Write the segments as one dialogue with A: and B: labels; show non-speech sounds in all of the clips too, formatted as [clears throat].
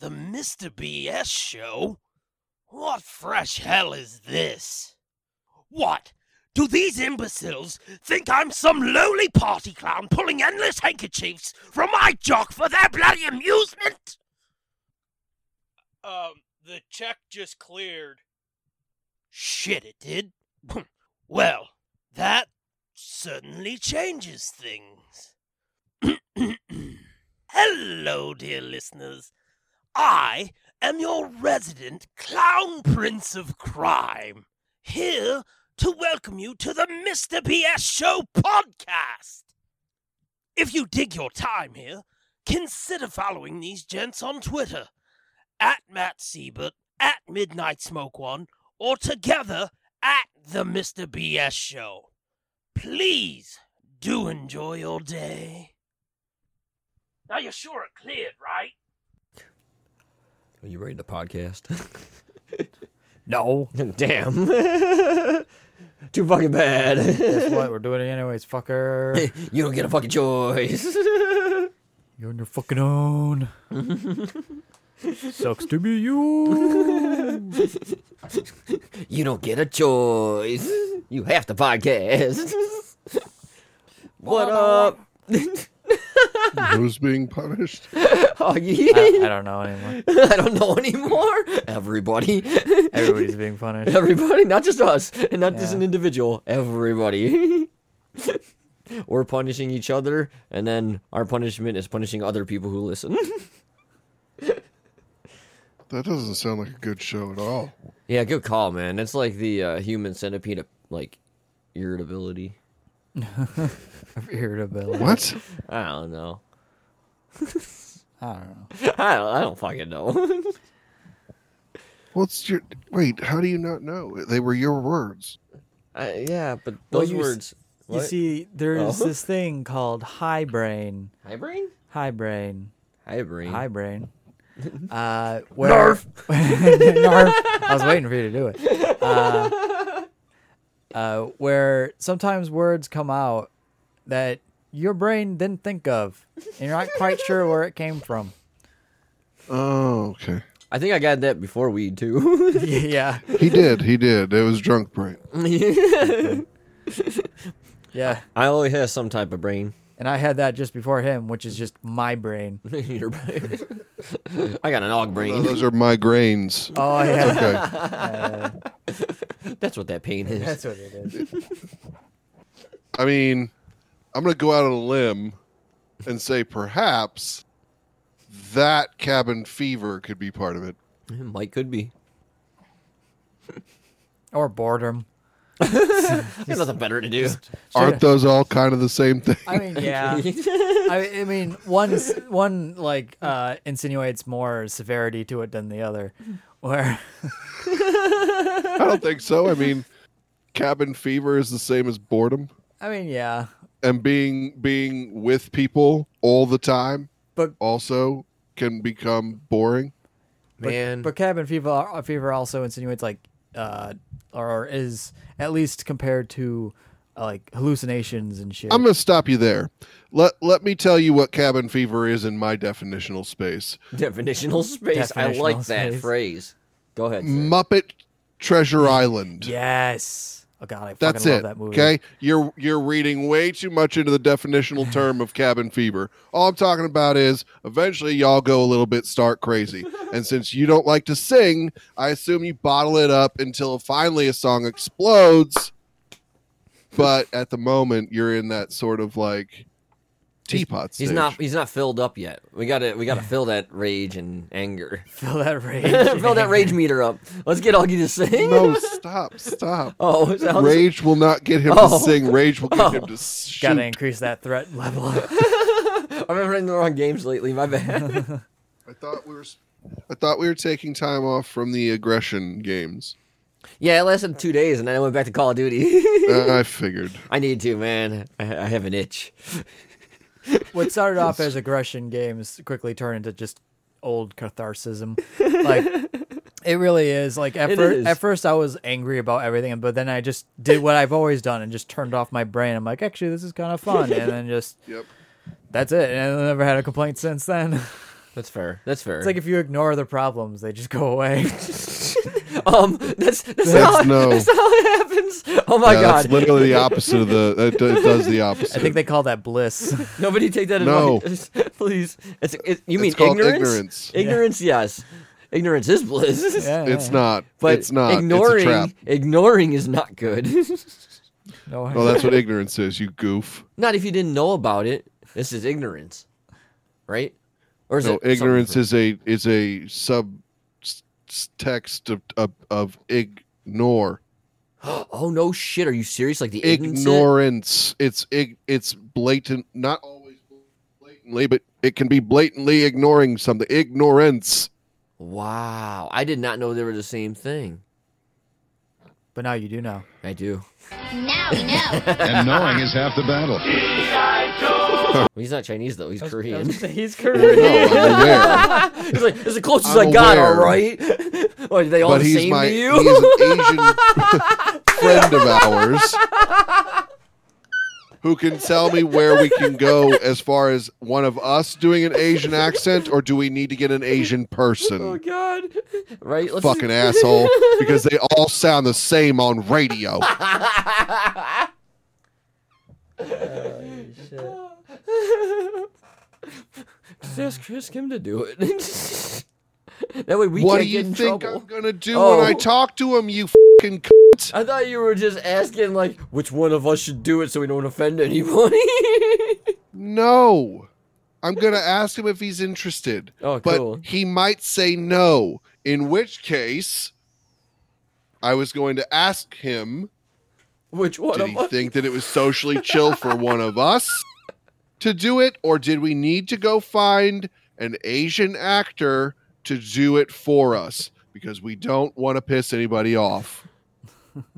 A: The Mr. BS show? What fresh hell is this? What? Do these imbeciles think I'm some lowly party clown pulling endless handkerchiefs from my jock for their bloody amusement?
B: Um, the check just cleared.
A: Shit, it did. well, that certainly changes things. [clears throat] Hello, dear listeners. I am your resident clown prince of crime, here to welcome you to the Mr. BS Show podcast. If you dig your time here, consider following these gents on Twitter at Matt Siebert, at Midnight Smoke One, or together at the Mr. BS Show. Please do enjoy your day. Now you're sure it cleared, right?
C: Are you ready to
D: [laughs]
C: podcast? no.
D: Damn. [laughs] Too fucking bad. [laughs]
E: Guess what? We're doing it anyways, fucker.
D: you don't get a fucking choice. [laughs]
E: You're on your fucking own. Sucks to be you.
D: you don't get a choice. You have to podcast. [laughs] what up?
F: Who's being punished?
D: Oh,
E: I,
D: yeah.
E: I don't know anymore.
D: [laughs] I don't know anymore. Everybody. [laughs]
E: Everybody's being punished.
D: Everybody, not just us, and not just
E: Yeah.
D: an individual. Everybody. [laughs] We're punishing each other, and then our punishment is punishing other people who listen. [laughs]
F: That doesn't sound like a good show at all.
D: Yeah, good call, man. That's like the uh, human centipede of like irritability.
E: [laughs] Irritability.
F: What?
D: I don't know.
E: I don't know.
D: [laughs] I don't, I don't fucking know. [laughs]
F: What's your wait? How do you not know? They were your words.
D: I, yeah, but
E: Well,
D: those
E: you s-
D: words.
E: You see, there's
D: Oh.
E: this thing called high brain.
D: high brain,
E: High brain.
D: high brain.
E: High [laughs] brain. Uh, where, [laughs] Narf. I was waiting for you to do it. Uh, uh, where sometimes words come out that your brain didn't think of, and you're not quite sure where it came from.
F: Oh, okay.
D: I think I got that before weed too.
E: [laughs]
D: [laughs]
E: [laughs] yeah,
F: He did. He did. It was drunk brain.
E: yeah.
D: I only have some type of brain. [laughs]
E: And I had that just before him, which is just my [laughs] brain.
D: Your brain. [laughs] I got an og
F: No,
D: brain.
F: Uh, those are migraines.
E: Oh yeah,
F: Okay.
D: That's what that pain is.
E: that's what it is.
F: I mean, I'm gonna go out on a limb and say perhaps that cabin fever could be part of it.
D: [laughs] Might could be.
E: Or boredom.
D: There's nothing better to do.
F: Aren't those all kind of the same thing? [laughs]
E: I [laughs] mean, yeah. I, I mean, one s- one like uh, insinuates more severity to it than the other. Where
F: I don't think so. I mean, cabin fever is the same as boredom,
E: I mean, yeah,
F: and being being with people all the time
E: but
F: also can become boring.
D: Man,
E: but cabin fever uh, fever also insinuates like uh, or is at least compared to uh, like hallucinations and shit.
F: I'm going to stop you there. Let let me tell you what cabin fever is in my definitional space.
D: [laughs] definitional space. I
E: Definitional
D: like that
E: space.
D: phrase. Go ahead. sir.
F: Muppet Treasure Island.
E: yes. Oh god, I fucking
F: That's
E: love
F: it.
E: that movie. [laughs]
F: Okay, you're you're reading way too much into the
D: [laughs]
F: definitional term of cabin fever. All I'm talking about is eventually y'all go a little bit
D: [laughs]
F: stark crazy. and since you don't like to sing, I assume you bottle it up until finally a song explodes. But at the moment, you're in that sort of like teapot.
D: He's
F: stage.
D: not. He's not filled up yet. We gotta. We gotta fill that rage and anger.
F: [laughs]
D: [laughs]
E: Fill that rage.
D: fill that rage meter up. Let's get Augie to sing.
F: [laughs] No, stop, stop.
D: [laughs] Oh, it sounds-
F: Rage will not get him
D: [laughs] Oh.
F: to sing. Rage will get him to shoot.
E: Gotta increase that threat level.
D: I've been playing the wrong games lately. My
F: [laughs]
D: bad. [laughs]
F: I thought we were, s- I thought we were taking time off from the aggression games.
D: yeah, it lasted two days, and then I went back to Call of Duty. [laughs]
F: Uh, I figured.
D: I need to, man. I, I have an itch.
F: [laughs]
E: what started off as aggression games quickly turned into just old catharsism. Like it really is. Like at
D: It
E: first,
D: is.
E: at first I was angry about everything, but then I just did what I've always done and just turned off my brain. I'm like, actually, this is kind of fun, and then just
F: [laughs] Yep.
E: that's it. And I never had a complaint since then. [laughs]
D: That's fair. That's fair.
E: It's like if you ignore the problems, they just go
D: [laughs]
E: away. [laughs]
D: um, that's that's,
F: That's
D: not,
F: no.
D: that's not how it happens. Oh my
F: Yeah,
D: god!
F: Uh, That's literally the opposite of the. It, do- it
D: [laughs]
F: does the opposite.
E: I think they call that bliss. [laughs]
D: Nobody take that
F: No.
D: advice, [laughs] please. It's, it, you
F: It's
D: mean
F: called
D: ignorance?
F: ignorance.
D: Ignorance, yes. Ignorance is bliss.
E: Yeah,
F: it's
E: yeah.
F: not.
D: But
F: it's not.
D: ignoring
F: It's a trap.
D: ignoring is not good. [laughs]
E: No,
F: Well, that's what ignorance is. You goof.
D: not if you didn't know about it. This is ignorance, right? Or is
F: No,
D: it something
F: ignorance
D: different?
F: is a is a sub s- s- text of of, of ignore
D: [gasps] Oh no, shit! Are you serious? Like the ignorance-
F: ignorance. It's ig- it's blatant. Not always blatantly, but it can be blatantly ignoring something. Ignorance.
D: Wow, I did not know they were the same thing.
E: but now you do know.
D: I do.
G: Now we know.
H: and knowing is half the battle.
D: Well, he's not Chinese though. [laughs] He's Korean.
E: He's
F: Well,
E: Korean.
D: [laughs]
F: no, I'm aware,
D: He's like, it's the closest
F: I'm
D: I got,
F: aware.
D: all right? [laughs] Or are they all
F: but
D: the
F: he's
D: same
F: my
D: to
F: he's
D: you? [laughs]
F: an Asian friend of ours who can tell me where we can go as far as one of us doing an Asian accent, or do we need to get an Asian person?
D: oh, God. Right? [laughs] Let's
F: fucking asshole because they all sound the same on radio.
D: Just ask Chris Kim to do it. [laughs] that way [laughs] we
F: what
D: can't
F: do you
D: get in
F: think
D: trouble.
F: I'm gonna do
D: Oh.
F: when I talk to him? You fucking cunt.
D: I thought you were just asking, like, which one of us should do it so we don't offend anybody. [laughs]
F: No, I'm gonna ask him if he's interested.
D: [laughs] Oh,
F: but
D: cool.
F: he might say no. In which case, I was going to ask him.
D: which one
F: Did
D: of
F: he
D: us?
F: think that it was
D: [laughs]
F: socially chill for one of us to do it, or did we need to go find an Asian actor to do it for us? Because we don't want to piss anybody off.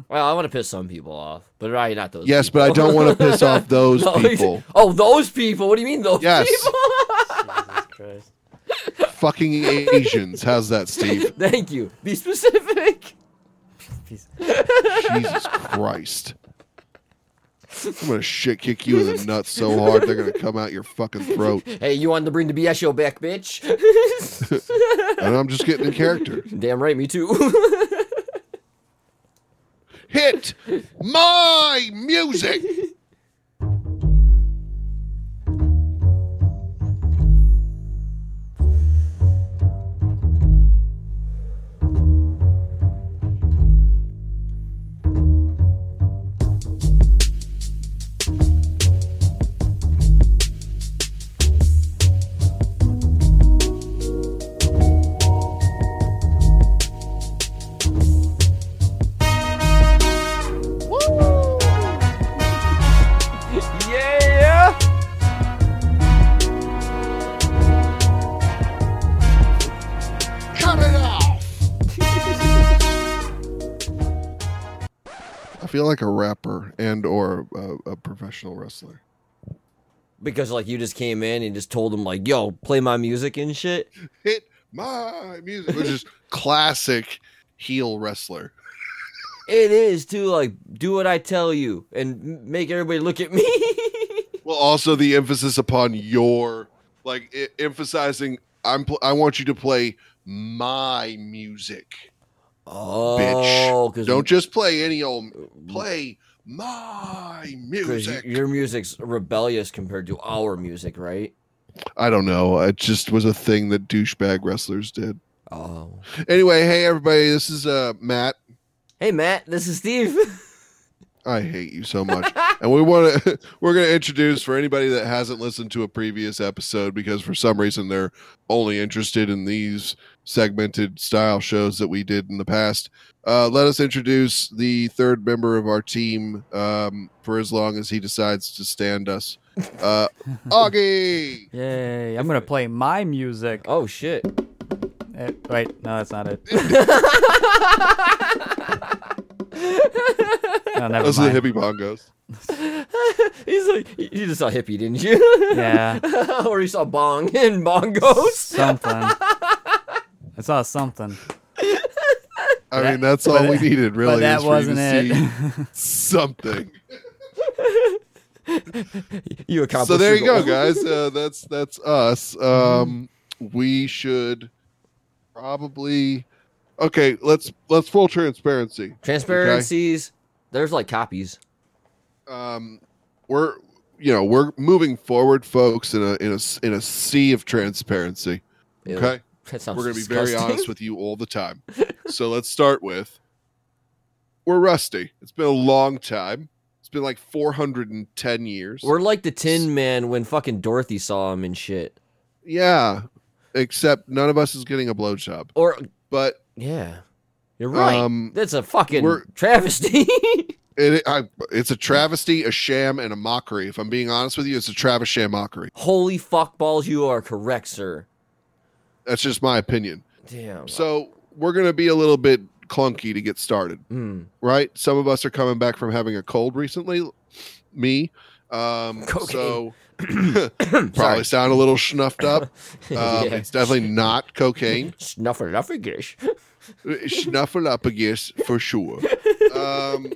D: Well, I want to piss some people off, but probably not those
F: Yes,
D: people.
F: but I don't want to piss
D: [laughs]
F: off those
D: No, he's-
F: people.
D: Oh, those people. What do you mean those
F: Yes.
D: people? [laughs]
F: Fucking Asians. How's that, Steve?
D: Thank you. Be specific. [laughs]
F: Jesus Christ. I'm gonna shit kick you in the nuts so hard they're gonna come out your fucking throat.
D: Hey, you wanted to bring the BS show back, bitch? [laughs]
F: And I'm just getting in character.
D: Damn right, me too. [laughs]
F: Hit my music!
D: yeah.
F: Cut it off! I feel like a rapper and or a, a professional wrestler.
D: Because like you just came in and just told them like, "Yo, play my music and shit."
F: Hit my music, which is classic heel wrestler.
D: It is too like, do what I tell you and m- make everybody look at me. [laughs]
F: Well, also the emphasis upon your, like e- emphasizing, I'm pl- I want you to play my music,
D: oh,
F: bitch.
D: 'cause-
F: Don't just play any old. Play my
D: Mm. 'cause
F: music.
D: your music's rebellious compared to our music, right?
F: I don't know. It just was a thing that douchebag wrestlers did.
D: Oh.
F: Anyway, hey everybody, this is uh Matt.
D: Hey, Matt. This is Steve. [laughs]
F: I hate you so much. and we want to [laughs] we're going to introduce for anybody that hasn't listened to a previous episode because for some reason they're only interested in these segmented style shows that we did in the past. Uh, let us introduce the third member of our team um, for as long as he decides to stand us. Uh, Augie.
E: Yay! I'm gonna play my music.
D: oh shit.
E: Eh, wait, no,
D: [laughs]
E: that's not it. no, never
F: Those are the
E: mind.
F: hippie bongos.
D: He's like, you just saw hippie, didn't you? [laughs]
E: Yeah,
D: or you saw bong [laughs] and bongos.
E: something. I saw something.
F: I mean, that's all
E: [laughs]
F: we needed, really.
E: but that
F: is for you to
E: wasn't it. [laughs]
F: see something.
D: You
F: so
D: accomplished.
F: there
D: your
F: you go,
D: goal.
F: guys. Uh, that's that's us. Um, we should probably okay let's let's full transparency
D: Transparencies. There's like copies.
F: um we're you know we're moving forward folks in a in a s- in a sea of transparency
D: Ew,
F: okay
D: That sounds
F: we're going to be
D: disgusting.
F: very
D: [laughs]
F: honest with you all the time. so let's start with we're rusty. It's been a long time. It's been like 410 years.
D: We're like the Tin Man when fucking Dorothy saw him and shit.
F: yeah, except none of us is getting a blowjob.
D: Or
F: But
D: yeah, you're right.
F: Um,
D: That's a fucking
F: we're-
D: travesty. [laughs]
F: it, I, it's a travesty, a sham, and a mockery. If I'm being honest with you, it's a Travis sham mockery.
D: Holy fuck balls, you are correct, sir.
F: That's just my opinion.
D: Oh, Damn.
F: So we're going to be a little bit clunky to get started.
D: Mm.
F: right? Some of us are coming back from having a cold recently. Me. Um,
D: [laughs] Cocaine. [coughs]
F: so probably sound a little
D: [laughs]
F: snuffed up. Um,
D: Yeah.
F: It's definitely not cocaine.
D: [laughs] Snuffleupagus.
F: Snuffleupagus for sure. Um,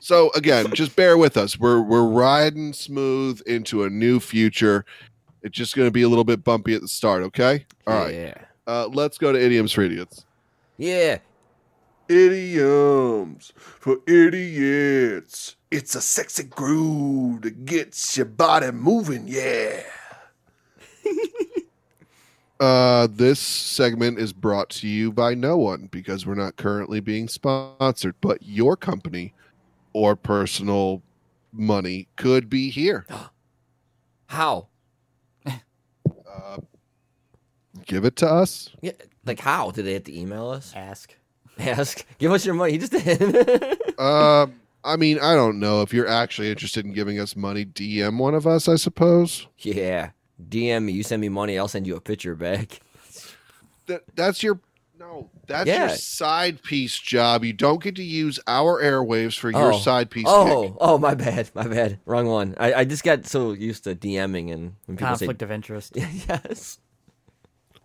F: so again, just bear with us. We're we're riding smooth into a new future. It's just going to be a little bit bumpy at the start. Okay. [laughs] All right.
D: Yeah.
F: Uh, let's go to idioms for idiots.
D: Yeah.
F: Idioms for idiots. It's a sexy groove that gets your body moving, yeah. [laughs] uh, this segment is brought to you by no one because we're not currently being sponsored, but your company or personal money could be here.
D: How?
F: Uh, give it to us.
D: Yeah, like how? Did they have to email us?
E: [laughs] Ask.
D: [laughs] [laughs] Ask. Give us your money. He just did. [laughs]
F: Uh, I mean, I don't know if you're actually interested in giving us money. DM one of us, I suppose.
D: yeah. DM me. You send me money. I'll send you a picture back.
F: that that's your no that's
D: Yeah.
F: your side piece job you don't get to use our airwaves for [laughs] your
D: Oh.
F: side piece
D: oh,
F: gig.
D: oh, my bad, my bad, wrong one. I, I just got so used to DMing and when people
E: Conflict of interest.
D: say [laughs] yes.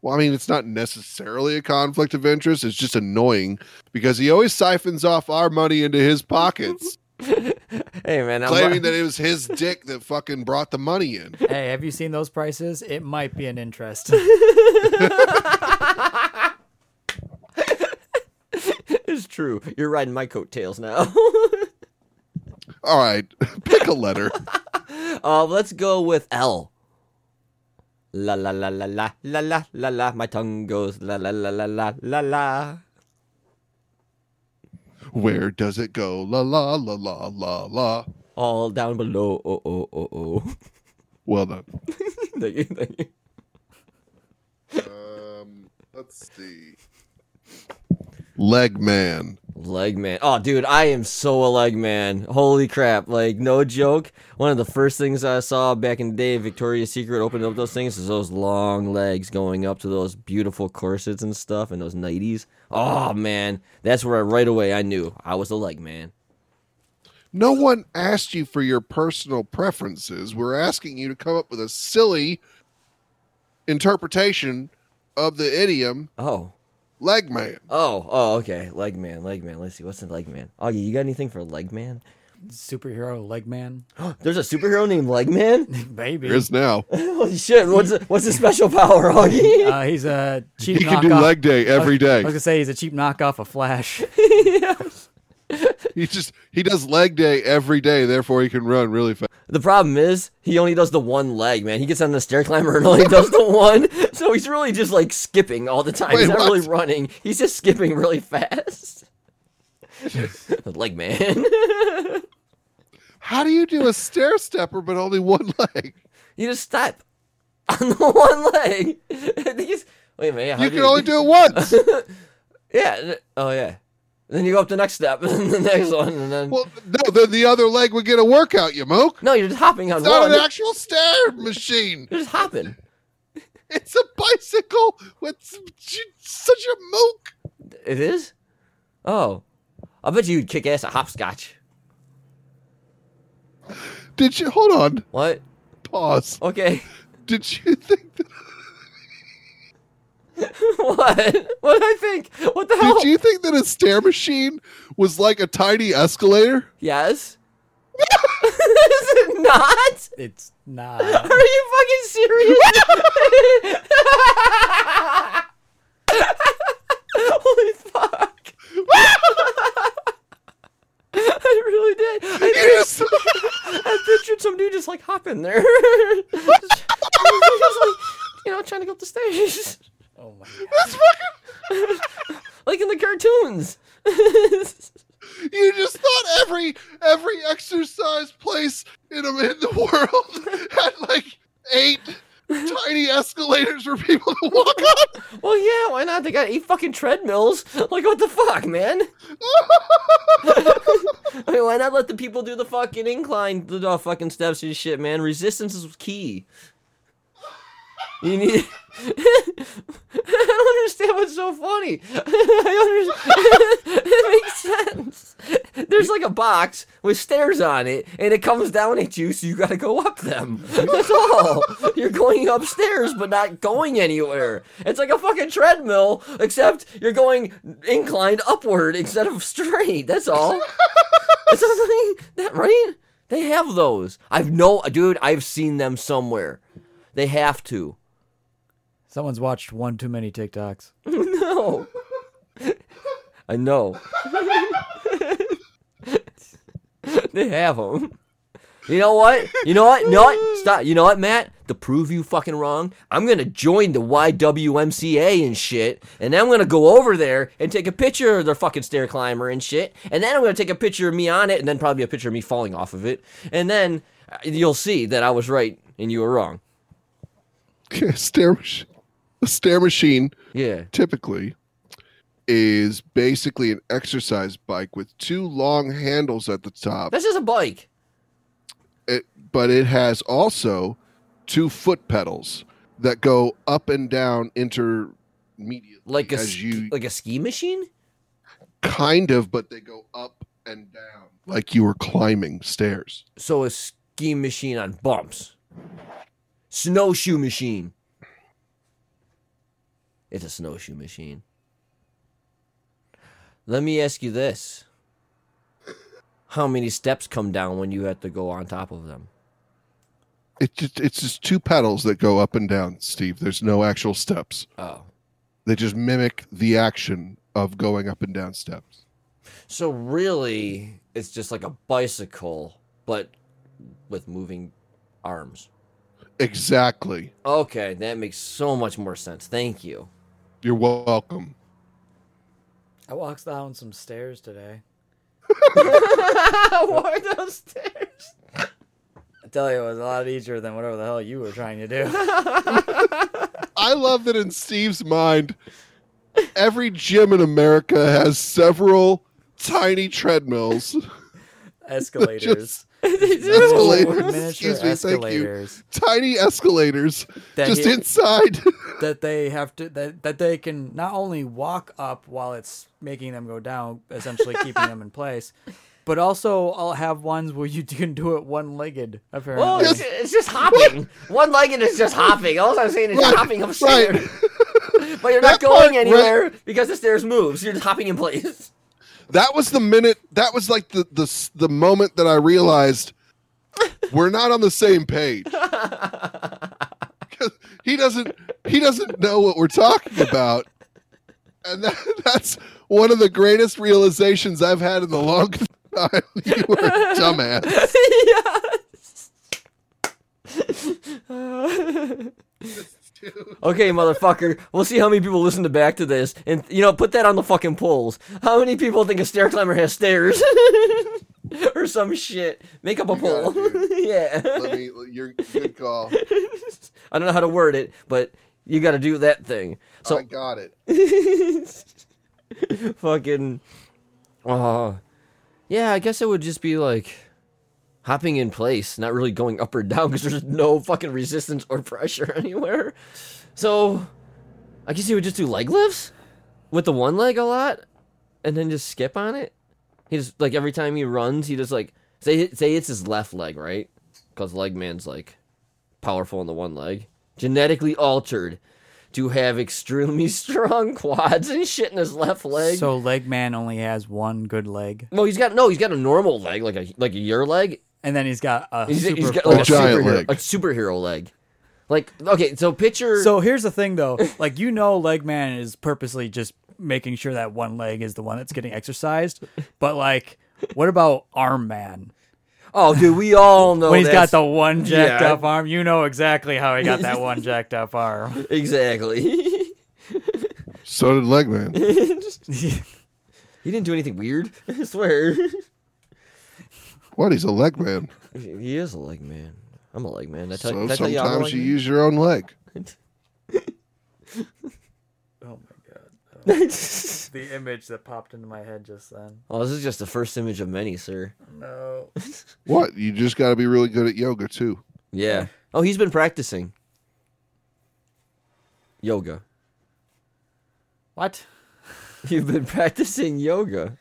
F: well i mean it's not necessarily a conflict of interest it's just annoying because he always siphons off our money into his pockets
D: Hey man, [laughs] I'm
F: claiming that it was his dick that fucking brought the money in
E: Hey, have you seen those prices? It might be an
D: [laughs]
E: interest.
D: [laughs] it's true. You're riding my coattails now. [laughs]
F: all right [laughs] pick
D: [laughs]
F: a letter
D: uh, let's go with L. La la la la la la la la la. My tongue goes la la la la la la la.
F: where does it go la la la la la la
D: All down below. Oh oh oh oh. [laughs]
F: well done
D: thank you, thank you.
F: um let's see leg man
D: Leg man. Oh, dude, I am so a leg man. Holy crap. Like, no joke. One of the first things I saw back in the day, Victoria's Secret opened up those things, is those long legs going up to those beautiful corsets and stuff and those nighties. Oh, man. That's where I, right away I knew I was a leg man.
F: No one asked you for your personal preferences. We're asking you to come up with a silly interpretation of the idiom
D: Oh.
F: leg man.
D: Oh, oh, okay. Leg man, leg man. Let's see. What's a leg man? Augie, you got anything for leg man?
E: Superhero leg
D: [gasps]
E: man.
D: There's a superhero named Leg
F: [laughs]
D: Man?
E: Baby.
F: There is now.
D: Holy shit. What's, what's
F: [laughs]
D: his special power, Augie?
E: Uh, he's a cheap
F: He
E: knockoff.
F: can do leg day every
E: I was
F: day.
E: gonna say he's a cheap knockoff of Flash.
D: [laughs]
F: He just he does leg day every day, therefore he can run really fast.
D: The problem is he only does the one leg, man. He gets on the stair climber and only does the one, [laughs] so he's really just like skipping all the time.
F: Wait,
D: he's not really
F: what?
D: running. He's just skipping really
F: [laughs]
D: fast. [laughs] leg man.
F: How do you do a stair stepper but only one [laughs] leg?
D: [laughs] you just step on the [laughs] one leg. [laughs] And he's- wait a minute. how
F: You can only do it once.
D: Yeah. th- Oh yeah. Then you go up the next step, [laughs] and the next one, and then
F: Well, no, then the other leg would get a workout, you moke.
D: no, you're just hopping on
F: It's not
D: one.
F: an actual stair machine.
D: you're just hopping.
F: It's a bicycle with such a moke.
D: It is. Oh, I bet you'd kick ass at hopscotch.
F: Did you hold on?
D: What?
F: Pause.
D: Okay. [laughs]
F: Did you think? That,
D: What? What did I think? What the hell?
F: did you think that a stair machine was
D: [laughs]
F: like a tiny escalator?
D: Yes. Is it not?
E: it's Nah.
D: Are you fucking
F: [laughs]
D: serious? Holy fuck. [laughs] I really did. I,
F: Yes!
D: I pictured some dude just like hopping there. [laughs] Just- just, like, you know, trying to go up the stairs. [laughs]
E: Oh my.
D: Like in the cartoons. [laughs]
F: You just thought every every exercise place in, um, in the world [laughs] had like eight tiny escalators for people to walk up.
D: well, yeah, why not? They got eight fucking treadmills. [laughs] Like, what the fuck, man? [laughs] I mean, why not let the people do the fucking incline, the uh, fucking steps and shit, man? Resistance is key. You need. [laughs] I don't understand what's so funny. [laughs] I understand. [laughs] it makes sense. There's like a box with stairs on it, and it comes down at you, so you gotta go up them. That's all. You're going upstairs, but not going anywhere. It's like a fucking treadmill, except you're going inclined upward instead of straight. That's all. It sounds like that, right? They have those. I've no, dude. I've seen them somewhere. They have to.
E: Someone's watched one too many TikToks.
D: No. I know. [laughs] they have them. You know what? You know what? You know what? Stop. You know what, Matt? To prove you fucking wrong, I'm gonna join the YWMCA and shit, and then I'm gonna go over there and take a picture of their fucking stair climber and shit, and then I'm gonna take a picture of me on it, and then probably a picture of me falling off of it, and then uh, you'll see that I was right and you were wrong.
F: stair mach- a stair machine
D: Yeah.
F: typically is basically an exercise bike with two long handles at the top,
D: That's just a bike.
F: it, but it has also two foot pedals that go up and down intermediately,
D: Like a
F: as
D: sk-
F: you
D: like a ski machine?
F: kind of, but they go up and down like you were climbing stairs.
D: So a ski machine on bumps. Snowshoe machine. It's a snowshoe machine. Let me ask you this. How many steps come down when you have to go on top of them?
F: It just, it's just two pedals that go up and down, Steve. There's no actual steps.
D: Oh.
F: They just mimic the action of going up and down steps.
D: So really it's just like a bicycle but with moving arms.
F: Exactly.
D: Okay, that makes so much more sense. Thank you.
F: You're welcome.
E: I walked down some stairs today.
D: [laughs] Walk downstairs.
E: I tell you, it was a lot easier than whatever the hell you were trying
D: [laughs]
E: to do.
F: I love that in Steve's mind, every gym in America has several tiny
E: [laughs]
F: treadmills,
E: Escalators.
F: Escalators.
E: Miniature
F: Excuse me, thank you.
E: escalators.
F: tiny escalators
E: That
F: just
E: is- [laughs]
F: inside.
E: that they have to that, that they can not only walk up while it's making them go down,
D: [laughs]
E: essentially keeping them in place, but also I'll have ones where you can do it one legged. Apparently,
F: Oh,
D: Well, Oh, it's, it's just hopping. One legged is just hopping. All I'm saying is you're
F: Right,
D: hopping upstairs,
F: right.
D: but you're not
F: That part,
D: going anywhere because the stairs moves. You're just hopping in
F: [laughs]
D: place.
F: That was the minute. That was like the the s- the moment that I realized we're not on the same page. 'Cause he doesn't he doesn't know what we're talking about, and that, that's one of the greatest realizations I've had in the longest time. [laughs] You were a dumbass.
D: okay, motherfucker. We'll see how many people listen to back to this, and you know, put that on the fucking polls. How many people think a stair climber has stairs, [laughs] or some shit? Make up a
F: got
D: poll.
F: it,
D: [laughs]
F: dude.
D: yeah.
F: Let me. You're good call.
D: I don't know how to word it, but you got to do that thing. So
F: I got it.
D: [laughs] fucking uh yeah i guess it would just be like hopping in place not really going up or down because there's no fucking resistance or pressure [laughs] anywhere so i guess he would just do leg lifts with the one leg a lot and then just skip on it he just like every time he runs he just like say say it's his left leg right because leg man's like powerful in the one leg genetically altered to have extremely [laughs] strong quads and shit in his left leg
E: so leg man only has one good leg.
D: no, he's got no. He's got a normal leg, like a like a your leg,
E: and then he's got a
D: He's,
E: super
D: he's got
E: force.
D: like a,
F: giant
D: superhero,
F: leg.
D: a superhero leg. Like okay, so picture [laughs]
E: So here's the thing, though. Like you know, Leg Man is purposely just making sure that one leg is the one that's getting exercised. But like, what about Arm Man?
D: oh dude, we
E: [laughs]
D: all know
E: when he's got
D: that's-
E: the one jacked
D: Yeah.
E: up arm, you know exactly how he
D: [laughs]
E: got that one jacked up arm.
D: exactly. [laughs] he
F: So did Legman.
D: didn't do anything weird. I swear, [laughs]
F: What? He's a leg man.
D: he is a leg man. I'm a leg man. Did I tell,
F: So
D: did I tell you I'm a
F: sometimes
D: leg
F: you
D: man?
F: use your own leg.
E: [laughs] the image that popped into my head just then.
D: [laughs] Oh, this is just the first image of many, sir.
E: No.
F: What? You just got to be really good at yoga too.
D: Yeah. Oh, he's been practicing yoga.
E: What?
D: [laughs] You've been [laughs] practicing yoga.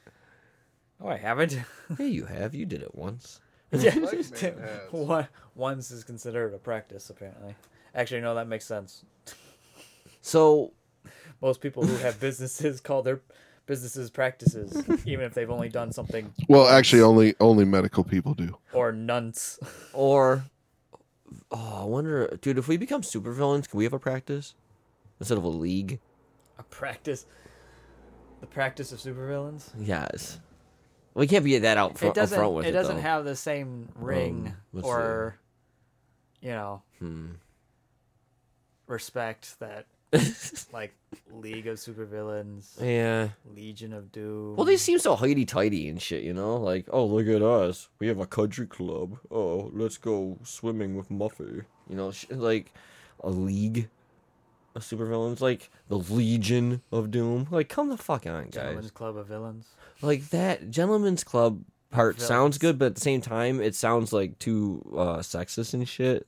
E: Oh,
D: [laughs]
E: I haven't. [laughs]
D: Yeah, you have. You did it once.
E: One, once is considered a practice, apparently. Actually, no, that makes sense.
D: So
E: Most people who
D: [laughs]
E: have businesses call their businesses practices, even if they've only done something
F: Well, actually, only only medical people do.
E: or nunts.
D: or oh, I wonder, dude, if we become supervillains, can we have a practice instead of a league?
E: A practice. The practice of supervillains?
D: Yes. We can't be that out front,
E: it doesn't,
D: up front with it.
E: it doesn't
D: though.
E: have the same ring
D: Um, let's Hmm.
E: or you know respect that like league of
D: [laughs]
E: supervillains
D: Yeah.
E: legion of doom
D: Well, they seem so hoity tighty and shit, you know? Like, oh, look at us. We have a country club. Oh, let's go swimming with Muffy. You know, sh- like a league of supervillains, like the Legion of Doom. Like, come the fuck on, guys.
E: Gentlemen's club of villains
D: Like, that Gentleman's Club part sounds good, but at the same time, it sounds like too uh, sexist and shit.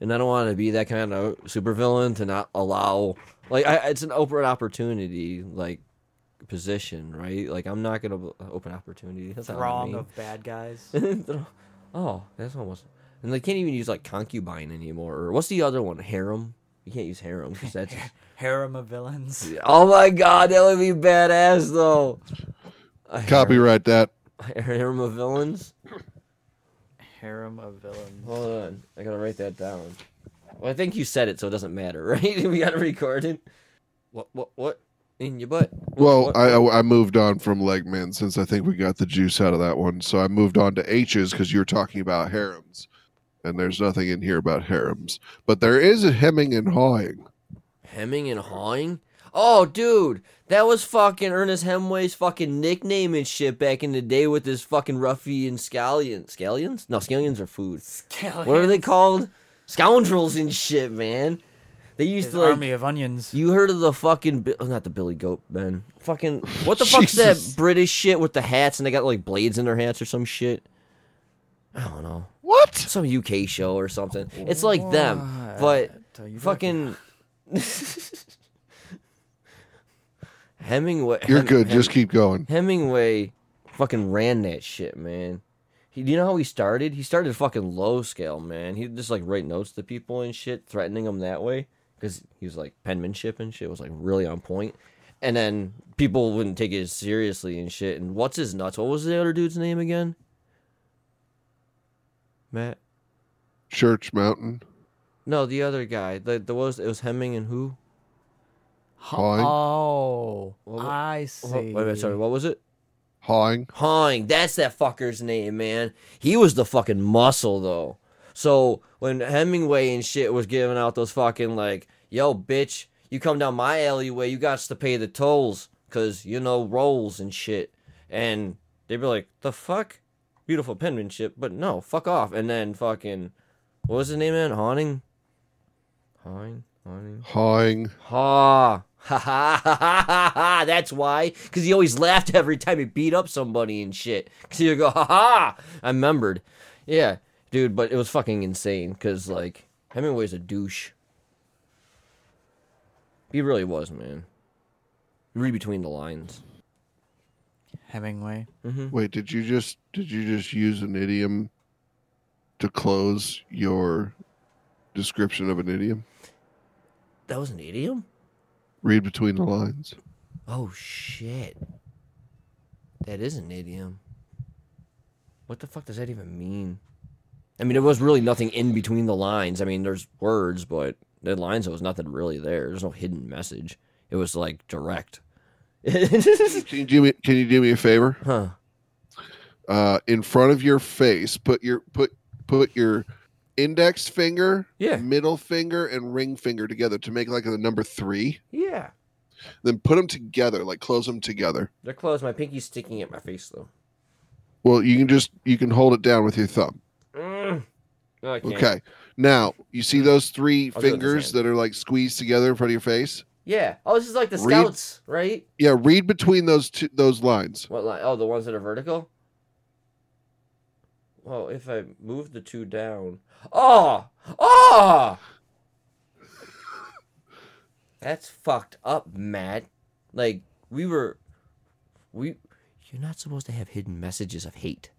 D: And I don't want to be that kind of supervillain to not allow. Like, I, it's an open opportunity, like, position, right? Like I'm not gonna open opportunity. That's not what I
E: throng
D: mean.
E: of bad guys
D: [laughs] oh, that's almost. And they can't even use like concubine anymore. Or what's the other one? Harem. You can't use harem because that's.
E: harem of villains
D: oh my god, that would be badass though. A harem-
F: Copyright that.
D: [laughs] a harem of villains.
E: harem of villains
D: Hold on, I gotta write that down. Well, I think you said it, so it doesn't matter, [laughs] right? we gotta record it. What? What? What? In your butt.
F: Well,
D: What-
F: I I I moved on from Legman since I think we got the juice out of that one. So I moved on to H's because you were talking about harems, and there's nothing in here about harems, but there is a hemming and hawing.
D: Hemming and hawing? Oh, dude, that was fucking Ernest Hemingway's fucking nickname and shit back in the day with his fucking ruffian scallions. Scallions? No, scallions are food. What are they called? Scoundrels and shit, man. They used
E: His
D: to like.
E: army of onions
D: You heard of the fucking Bi- oh, not the Billy Goat man? Fucking what the fuck's that
F: Jesus.
D: British shit with the hats and they got like blades in their hats or some shit? I don't know. What? Some UK show or something. It's like them, but
E: Are you
D: fucking [laughs] Hemingway.
F: You're
D: Hem-
F: good.
D: Hem-
F: Just keep going.
D: Hemingway fucking ran that shit, man. He, do you know how he started? He started fucking low scale, man. He just like write notes to people and shit, threatening them that way because he was like penmanship and shit was like really on point. And then people wouldn't take it seriously and shit. And what's his nuts? What was the other dude's name again? Matt?
F: Church Mountain
D: No, the other guy. The, the was it was Hemming and who?
F: hawing,
E: oh
D: What-
E: i
D: Wha-
E: see
D: wait a minute, sorry. What was it?
F: hawing.
D: Hong, that's that fucker's name, man. He was the fucking muscle though. So when Hemingway and shit was giving out those fucking like, yo, bitch, you come down my alleyway, you got to pay the tolls, cause you know rolls and shit. And they'd be like, the fuck, beautiful penmanship, but no, fuck off. And then fucking, what was his name, man? Hawning, Hawning, Hawning.
F: Hawing.
D: Ha [laughs] ha ha ha ha ha! That's why, because he always laughed [laughs] every time he beat up somebody and shit. Because he'd go, ha ha! I remembered. Yeah, dude, but it was fucking insane. Because like Hemingway's a douche. He really was, man. Read between the lines.
E: hemingway
F: Wait, did you just did you just use an idiom to close your description of an idiom?
D: That was an idiom.
F: Read between the lines.
D: Oh shit. That is an idiom. What the fuck does that even mean? I mean, there was really nothing in between the lines. I mean, there's words, but the lines there was nothing really there. There's no hidden message. It was like direct. [laughs]
F: Can you do me? Can you do me a favor?
D: huh.
F: Uh, in front of your face, put your put put your index finger,
D: Yeah.
F: middle finger, and ring finger together to make like the number three.
D: Yeah.
F: Then put them together, like close them together.
D: They're closed. My pinky's sticking at my face though.
F: Well, you can just you can hold it down with your thumb.
D: Mm. No, I can't.
F: Okay. Now you see those 3
D: Mm-hmm. I'll do it the
F: fingers
D: same.
F: that are like squeezed together in front of your face.
D: Yeah. Oh, this is like the
F: Read-
D: scouts, right?
F: Yeah, read between those two
D: [laughs]
F: those lines.
D: What line? Oh, the ones that are vertical. Well, if I move the two down. Oh, oh. That's fucked up, Matt. Like we were, we. You're not supposed to have hidden messages of hate.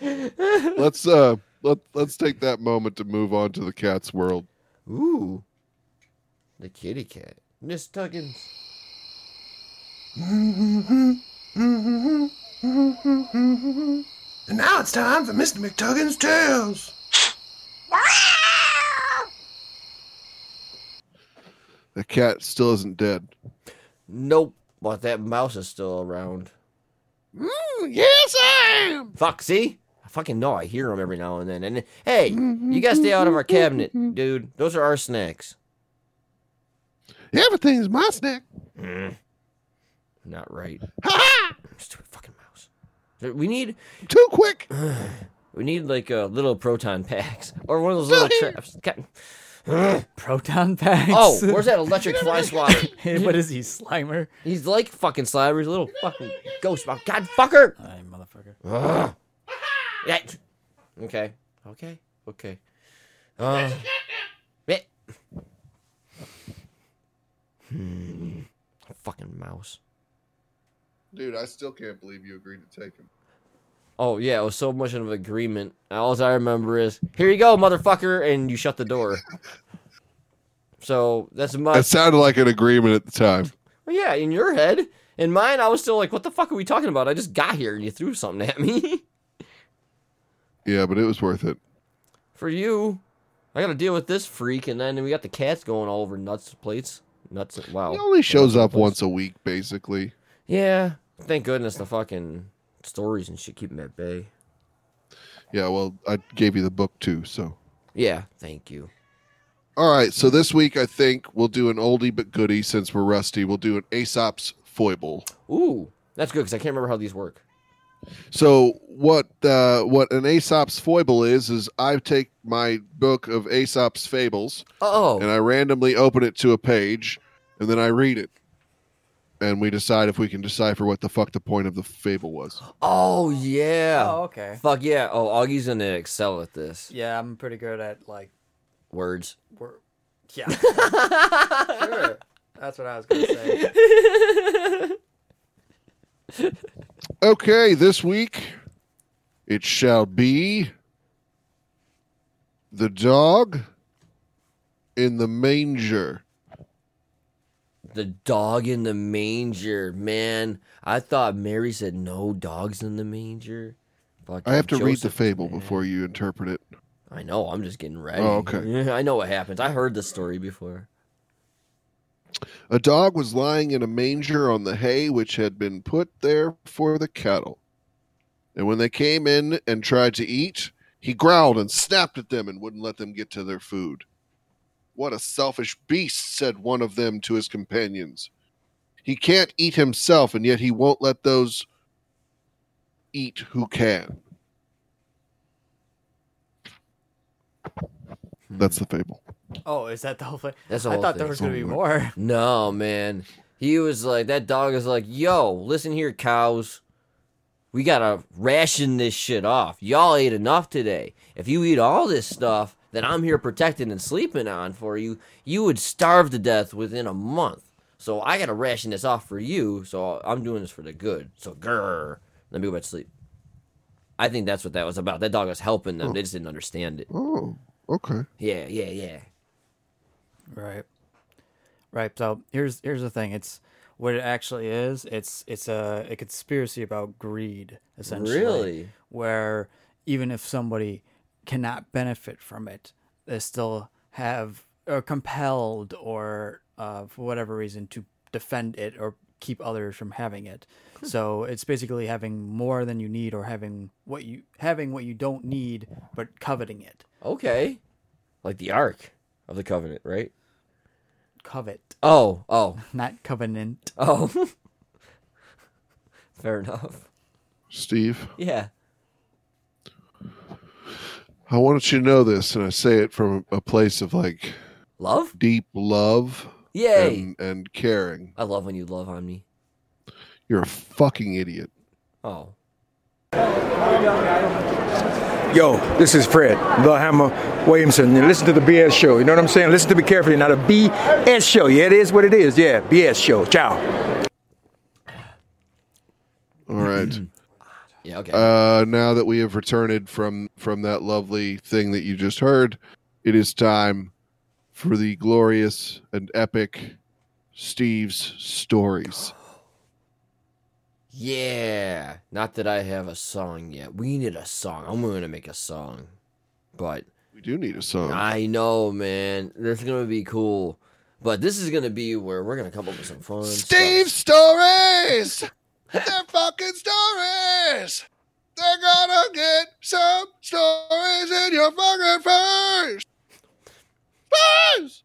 F: Let's uh let let's take that moment to move on to the cat's world.
D: Ooh, the kitty cat, Miss Tuggins.
G: And now it's time for Mr. McTuggin's Tales.
F: The cat still isn't dead.
D: Nope, but that mouse is still around.
F: Mm, yes, I am.
D: Fuck, see? I fucking know I hear them every now and then. And hey, you gotta stay out of our cabinet, dude. Those are our snacks.
F: Everything's my snack.
D: Mm. Not right.
F: Ha ha!
D: Stupid fucking mouse. There- We need
F: Too quick.
D: we need like uh, little proton packs or one of those little traps. God-
E: Proton [laughs] packs.
D: Oh, where's that electric fly swatter?
E: Hey, what is he, Slimer?
D: He's like fucking Slimer. He's a little fucking ghost. mo- God fucker.
E: Hey, motherfucker.
D: Oh. [laughs] Yeah. Okay. Okay. Okay. Uh, eh. Hmm. Fucking mouse.
F: Dude, I still can't believe you agreed to take him.
D: Oh yeah, it was so much of an agreement. All I remember is, "Here you go, motherfucker," and you shut the door. so that's my oh,
F: That sounded like an agreement at the time.
D: yeah. In your head, in mine, I was still like, "What the fuck are we talking about?" I just got here and you threw something at me. [laughs]
F: Yeah, but it was worth it.
D: For you, I got to deal with this freak, and then we got the cats going all over nuts plates. Nuts. Wow.
F: He only shows up once a week, basically.
D: Yeah. Thank goodness the fucking stories and shit keep him at bay.
F: Yeah, well, I gave you the book too, so.
D: Yeah. Thank you.
F: All right, so this week I think we'll do an oldie but goodie since we're rusty. We'll do an Aesop's foible.
D: Ooh, that's good because I can't remember how these work.
F: So what uh, what an Aesop's foible is is I take my book of Aesop's fables
D: Oh.
F: and I randomly open it to a page and then I read it. And we decide if we can decipher what the fuck the point of the fable was.
D: Oh yeah.
E: Oh, okay.
D: Fuck yeah. Oh, Augie's gonna excel at this.
E: Yeah, I'm pretty good at like
D: Words.
E: we're
D: [laughs]
E: yeah. sure. That's what I was gonna say.
D: [laughs]
F: Okay, this week it shall be the dog in the manger.
D: The dog in the manger, man. I thought Mary said no dogs in the manger. Fuck,
F: I have to read the
D: Joseph-
F: fable before you interpret it.
D: I know. I'm just getting ready.
F: Oh, okay.
D: Yeah, [laughs] I know what happens. I heard the story before.
F: A dog was lying in a manger on the hay which had been put there for the cattle. And when they came in and tried to eat, he growled and snapped at them and wouldn't let them get to their food. What a selfish beast, said one of them to his companions. He can't eat himself, and yet he won't let those eat who can. That's the fable.
E: Oh, is that the whole thing?
D: That's the
E: I
D: whole
E: thought
D: thing.
E: there was gonna be more.
D: No, man. He was like, that dog is like, yo, listen here, cows. We gotta ration this shit off. Y'all ate enough today. If you eat all this stuff that I'm here protecting and sleeping on for you, you would starve to death within a month. So I gotta ration this off for you. So I'm doing this for the good. So grr. Let me go back to sleep. I think that's what that was about. That dog was helping them. They just didn't understand it.
F: Oh, okay.
D: Yeah, yeah, yeah.
E: Right. Right. So here's here's the thing. It's what it actually is. It's it's a, a conspiracy about greed, essentially.
D: Really?
E: Where even if somebody cannot benefit from it, they still have or compelled or uh, for whatever reason to defend it or keep others from having it. so it's basically having more than you need or having what you having what you don't need but coveting it.
D: Okay. Like the Ark of the Covenant, right?
E: Covet,
D: Oh, oh,
E: not covenant.
D: oh. [laughs] Fair enough.
F: Steve,
D: Yeah.
F: I want you to know this, and I say it from a place of like
D: Love?
F: deep love
D: Yay.
F: and, and caring.
D: I love when you love on me.
F: You're a fucking idiot.
D: Oh.
I: Yo, this is Fred, the Hammer Williamson. You listen to the BS show. You know what I'm saying? Listen to me carefully. Now, the BS show. Yeah, it is what it is. Yeah, BS show. Ciao.
F: All right.
D: Yeah, okay.
F: Uh, now that we have returned from from that lovely thing that you just heard, it is time for the glorious and epic Steve's stories.
D: yeah. Not that I have a song yet. We need a song. I'm willing to make a song. But
F: We do need a song.
D: I know, man. This is gonna be cool. But this is gonna be where we're gonna come up with some fun.
F: Steve's
D: stuff.
F: stories. They're fucking stories. They're gonna get some stories in your fucking face. Stories.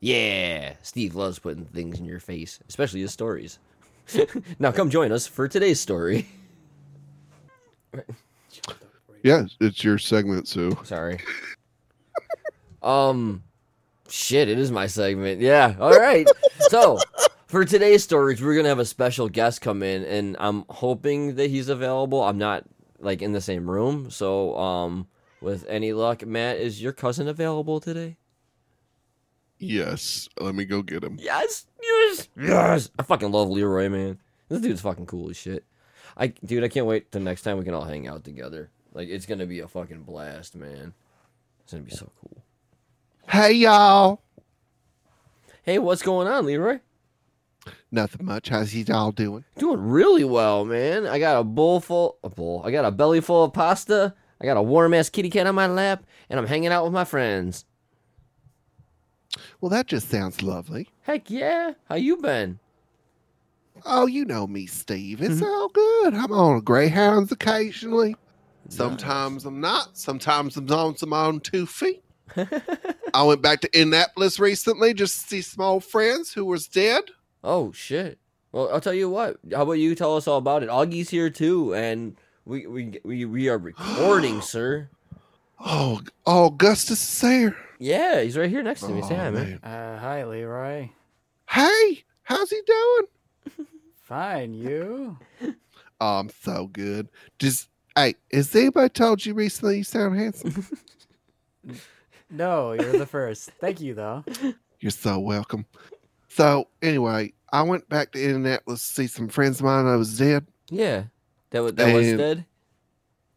D: Yeah. Steve loves putting things in your face, especially his stories. [laughs] now come join us for today's story. [laughs]
F: Yes, it's your segment, Sue.
D: Sorry. um, shit, it is my segment. Yeah. All right. so for today's stories, we're gonna have a special guest come in, and I'm hoping that he's available. I'm not like in the same room, so um, with any luck, Matt, is your cousin available today?
F: Yes, let me go get him.
D: Yes. Yes. Yes. I fucking love Leroy, man. This dude's fucking cool as shit. I dude, I can't wait the next time we can all hang out together. Like it's gonna be a fucking blast, man. It's gonna be so cool.
F: Hey, y'all.
D: Hey, what's going on, Leroy?
F: Nothing much. How's he all doing?
D: Doing really well, man. I got a bowl full, a bowl. I got a belly full of pasta. I got a warm ass kitty cat on my lap, and I'm hanging out with my friends.
F: Well, that just sounds lovely.
D: Heck yeah! How you been?
F: Oh, you know me, Steve.
D: Mm-hmm.
F: It's all good. I'm on Greyhounds occasionally. Sometimes I'm not. Sometimes I'm on some on
D: [laughs]
F: two feet. I went back to Indianapolis recently just to see some old friends who was dead.
D: Oh shit! Well, I'll tell you what. How about you tell us all about it? Augie's here too, and we we we, we are
F: [gasps]
D: recording, sir.
F: Oh, oh, Augustus is there.
D: Yeah, he's right here next to me. Say hi,
F: Oh,
D: man.
F: man.
E: Uh, hi, Leroy.
F: Hey, how's he doing?
E: Fine, you.
F: Oh, I'm so good. Just hey, has anybody told you recently you
D: [laughs]
F: sound handsome?
E: No, you're the first. Thank you, though.
F: You're so welcome. So anyway, I went back to Indianapolis to see some friends of mine that was dead.
D: Yeah, that was that was
F: Damn.
D: dead.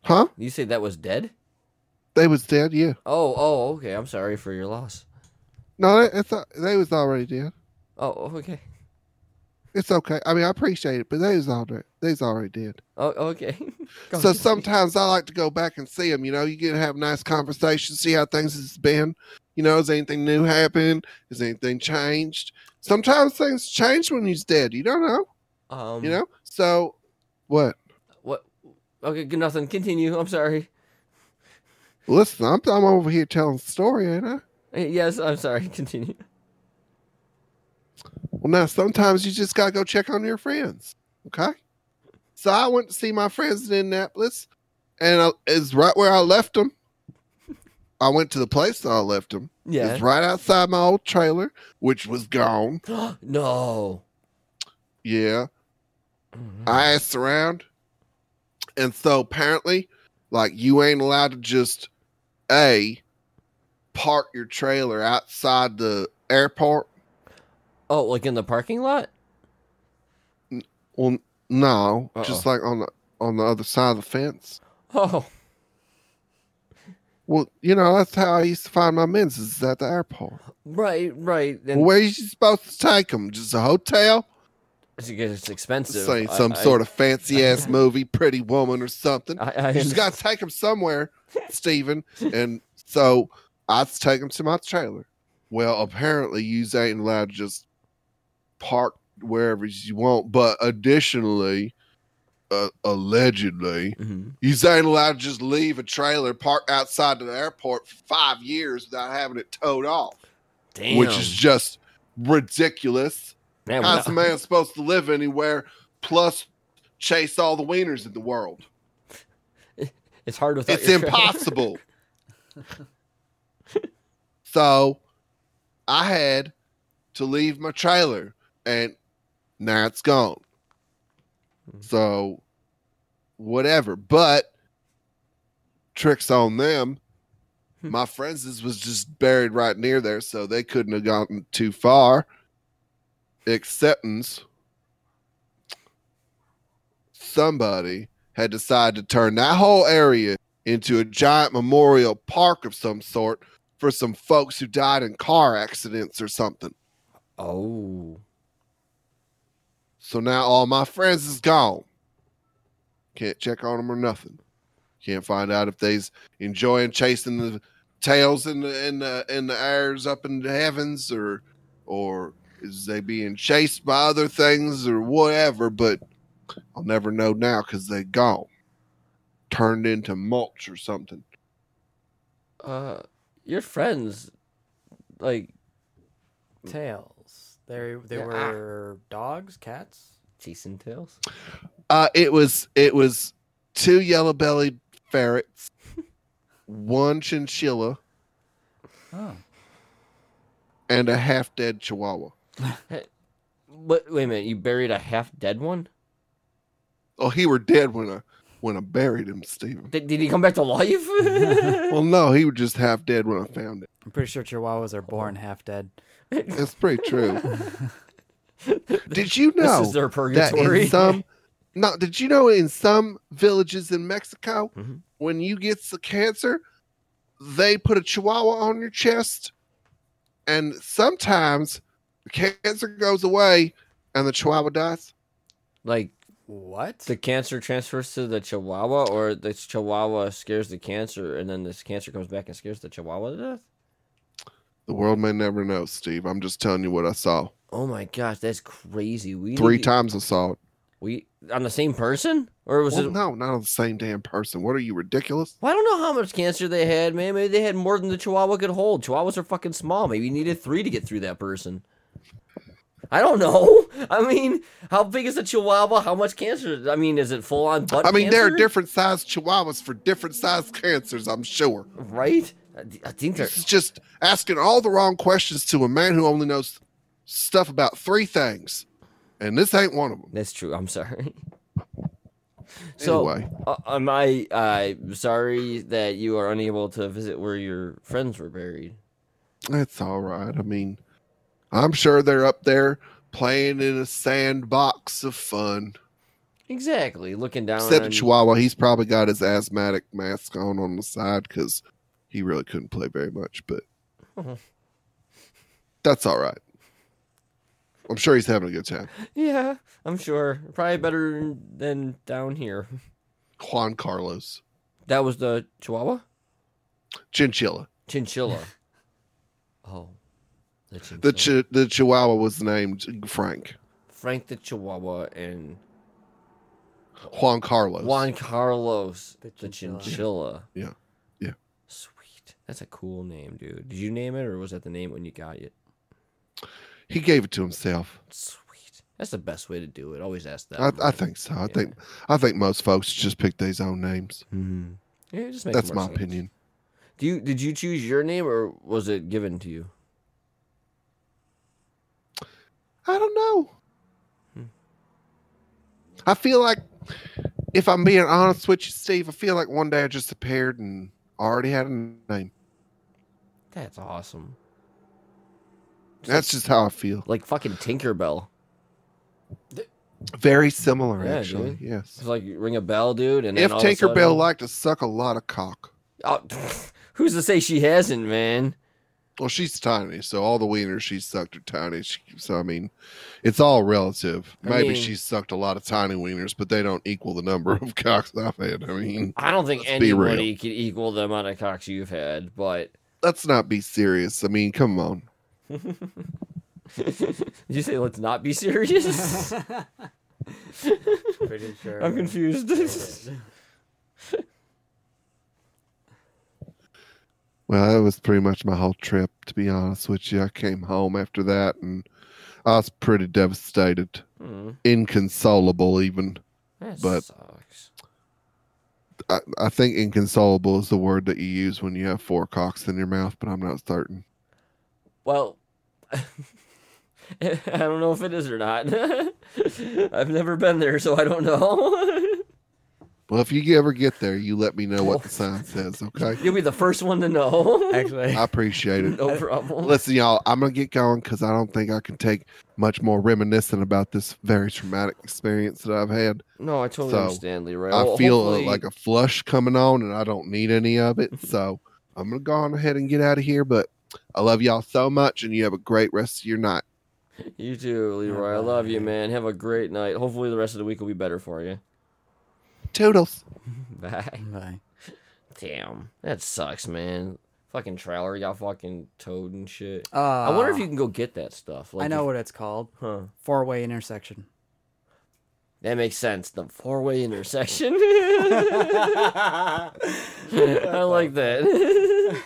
F: Huh?
D: You say that was dead?
F: They was dead, yeah.
D: Oh, oh, okay. I'm sorry for your loss.
F: No, they, it's, they was already dead.
D: Oh, okay.
F: It's okay. I mean, I appreciate it, but they was already they was already dead.
D: Oh, okay. [laughs] Go
F: so
D: ahead.
F: sometimes I like to go back and see them. You know, you can have nice conversations, see how things has been. You know, has anything new happened? Has anything changed? Sometimes things change when he's dead. You don't know.
D: um,
F: You know. So what?
D: what? Okay, good, nothing. Continue. I'm sorry. [laughs]
F: Listen, I'm, I'm over here telling the story, ain't I?
D: Uh, Yes, I'm sorry. [laughs] Continue.
F: Well, now sometimes you just gotta go check on your friends. Okay. So I went to see my friends in Indianapolis, and I, it's right where I
D: [laughs]
F: left them. I went to the place that I left them.
D: Yeah.
F: It's right outside my old trailer, which was gone.
D: [gasps] no.
F: Yeah. I
D: Mm-hmm.
F: asked around, and so apparently, like you ain't allowed to just a park your trailer outside the airport.
D: Oh, like in the parking lot?
F: Well, no,
D: Uh-oh.
F: just like on the on the other side of the fence.
D: Oh,
F: Well, you know that's how I used to find my men's is at the airport.
D: right, right.
F: Well,
D: And
F: where you supposed to take them? Just a hotel?
D: It's, it's expensive.
F: Say
D: I- [laughs]
F: some
D: I-
F: sort of fancy ass movie, Pretty Woman or something.
D: I- I
F: you just got to take them somewhere, Steven. And so I take them to my trailer. Well, apparently, you ain't allowed to just park wherever you want. But additionally, uh, allegedly,
D: Mhm.
F: you ain't allowed to just leave a trailer parked outside of the airport for five years without having it towed off,
D: Damn.
F: which is just ridiculous.
D: Man,
F: How's a
D: when I-
F: man supposed to live anywhere plus chase all the wieners in the world?
D: it's hard without
F: It's
D: your tra-
F: impossible. so I had to leave my trailer and now it's gone.
D: Hmm.
F: So whatever. But tricks on them.
D: Hmm.
F: My friends is- was just buried right near there, so they couldn't have gotten too far. Acceptance. Somebody had decided to turn that whole area into a giant memorial park of some sort for some folks who died in car accidents or something.
D: [laughs] Oh.
F: So now all my friends is gone. Can't check on them or nothing. Can't find out if they's enjoying chasing the tails in the in the in the airs up in the heavens or or is they being chased by other things or whatever. But I'll never know now because they gone, turned into mulch or something.
D: Uh, your friends, like
E: Tails. They they
D: Yeah. ah.
E: were dogs, cats.
D: chasing tails.
F: Uh, it was it was two yellow bellied
D: [laughs]
F: ferrets, one chinchilla,
E: Oh.
F: and a half dead chihuahua.
D: But wait a minute, you buried a half dead one.
F: Oh, he were dead when I when I buried him, Stephen.
D: Did, did he come back to life? [laughs]
F: Well, no, he was just half dead when I found it.
E: I'm pretty sure Chihuahuas are born
D: Oh.
E: half dead.
F: That's pretty
D: [laughs]
F: true. did you know
D: this is their
F: that
D: purgatory.
F: in
D: [laughs]
F: some no, did you know in some villages in Mexico,
D: Mhm.
F: when you get the cancer, they put a chihuahua on your chest, and sometimes the cancer goes away and the chihuahua dies.
D: like
E: What?
D: the cancer transfers to the chihuahua, or the chihuahua scares the cancer, and then this cancer comes back and scares the chihuahua to death.
F: The world may never know, Steve. I'm just telling you what I saw.
D: Oh my gosh, that's crazy. We
F: Three
D: need-
F: times I saw it.
D: We on the same person, or was
F: Well,
D: it?
F: no, not on the same damn person. What are you ridiculous?
D: Well, I don't know how much cancer they had, man. Maybe they had more than the Chihuahua could hold. Chihuahuas are fucking small. Maybe you needed three to get through that person. I don't know. [laughs] I mean, how big is the Chihuahua? How much cancer? I mean, is it full on butt?
F: I mean, there are
D: cancer?
F: different sized chihuahuas for different sized cancers, I'm sure.
D: right? I d- I think they're
F: It's just asking all the wrong questions to a man who only knows stuff about three things. And this ain't one of them.
D: That's true. I'm sorry.
F: Anyway.
D: So, uh, am I uh, sorry that you are unable to visit where your friends were buried?
F: That's all right. I mean, I'm sure they're up there playing in a sandbox of fun.
D: Exactly. Looking down.
F: Except the
D: on-
F: chihuahua, he's probably got his asthmatic mask on on the side because he really couldn't play very much, [laughs] but that's all right. I'm sure he's having a good time.
D: Yeah, I'm sure. Probably better than down here.
F: Juan Carlos.
D: That was the Chihuahua?
F: Chinchilla.
D: Chinchilla. [laughs] oh. The chinchilla.
F: The chi- the Chihuahua was named Frank
D: Frank the Chihuahua and
F: Juan Carlos.
D: Juan Carlos the,
E: chinchilla.
D: chinchilla.
F: Yeah, yeah.
D: Sweet. That's a cool name, dude. Did you name it or was that the name when you got it?
F: He gave it to himself.
D: Sweet. That's the best way to do it. Always ask that.
F: I, I think so. I think I think most folks just pick these own names.
D: Mhm. Yeah, it just makes
F: That's
D: more
F: my
D: sense.
F: opinion.
D: Do you did you choose your name or was it given to you?
F: I don't know.
D: Hmm.
F: I feel like if I'm being honest with you, Steve, I feel like one day I just appeared and already had a name.
D: That's awesome.
F: That's just how I feel.
D: Like fucking Tinkerbell.
F: Very similar,
D: Yeah,
F: actually.
D: dude.
F: Yes.
D: It's like you ring a bell, dude, and then
F: If
D: all of a
F: Tinkerbell
D: sudden- [laughs]
F: liked to suck a lot of cock.
D: Oh, who's to say she hasn't, man?
F: Well, she's tiny, so all the wieners she's sucked are tiny. She, so I mean, it's all relative.
D: I
F: Maybe
D: mean-
F: she's sucked a lot of tiny wieners, but they don't equal the number of [laughs] cocks I've had. I mean,
D: I don't think
F: Let's be real.
D: anybody can equal the amount of cocks you've had, but [laughs]
F: let's not be serious. I mean, come on.
D: Did you say let's not be serious?
E: [laughs] Pretty sure.
D: I'm confused. [laughs]
F: Well, that was pretty much my whole trip, to be honest with you. I came home after that, and I was pretty devastated,
D: Hmm,
F: inconsolable even.
D: that
F: But-
D: sucks.
F: I, I think inconsolable is the word that you use when you have four cocks in your mouth, but I'm not certain.
D: Well, [laughs] I don't know if it is or not. [laughs] I've never been there, so I don't know. [laughs]
F: Well, if you ever get there, you let me know what the sign
D: [laughs]
F: says, okay?
D: You'll be the first one to know. [laughs]
E: [laughs] Actually, [laughs]
F: I appreciate it.
D: no problem.
F: Listen, y'all, I'm going to get going because I don't think I can take much more reminiscing about this very traumatic experience that I've had.
D: no, I totally
F: so,
D: understand, Leroy.
F: I
D: Well,
F: feel uh
D: hopefully-
F: like a flush coming on, and I don't need any of it. so I'm going to go on ahead and get out of here, but I love y'all so much, and you have a great rest of your night.
D: You too, Leroy. I love you, man. Have a great night. Hopefully, the rest of the week will be better for
F: [laughs]
D: you.
F: Toodles.
D: Bye.
E: Bye.
D: Damn, that sucks, man. Fucking Trailer got fucking towed and shit.
E: Uh,
D: I wonder if you can go get that stuff. Like
E: I know
D: if-
E: what it's called.
D: huh?
E: Four-way intersection.
D: That makes sense. The four-way intersection. [laughs] I like that.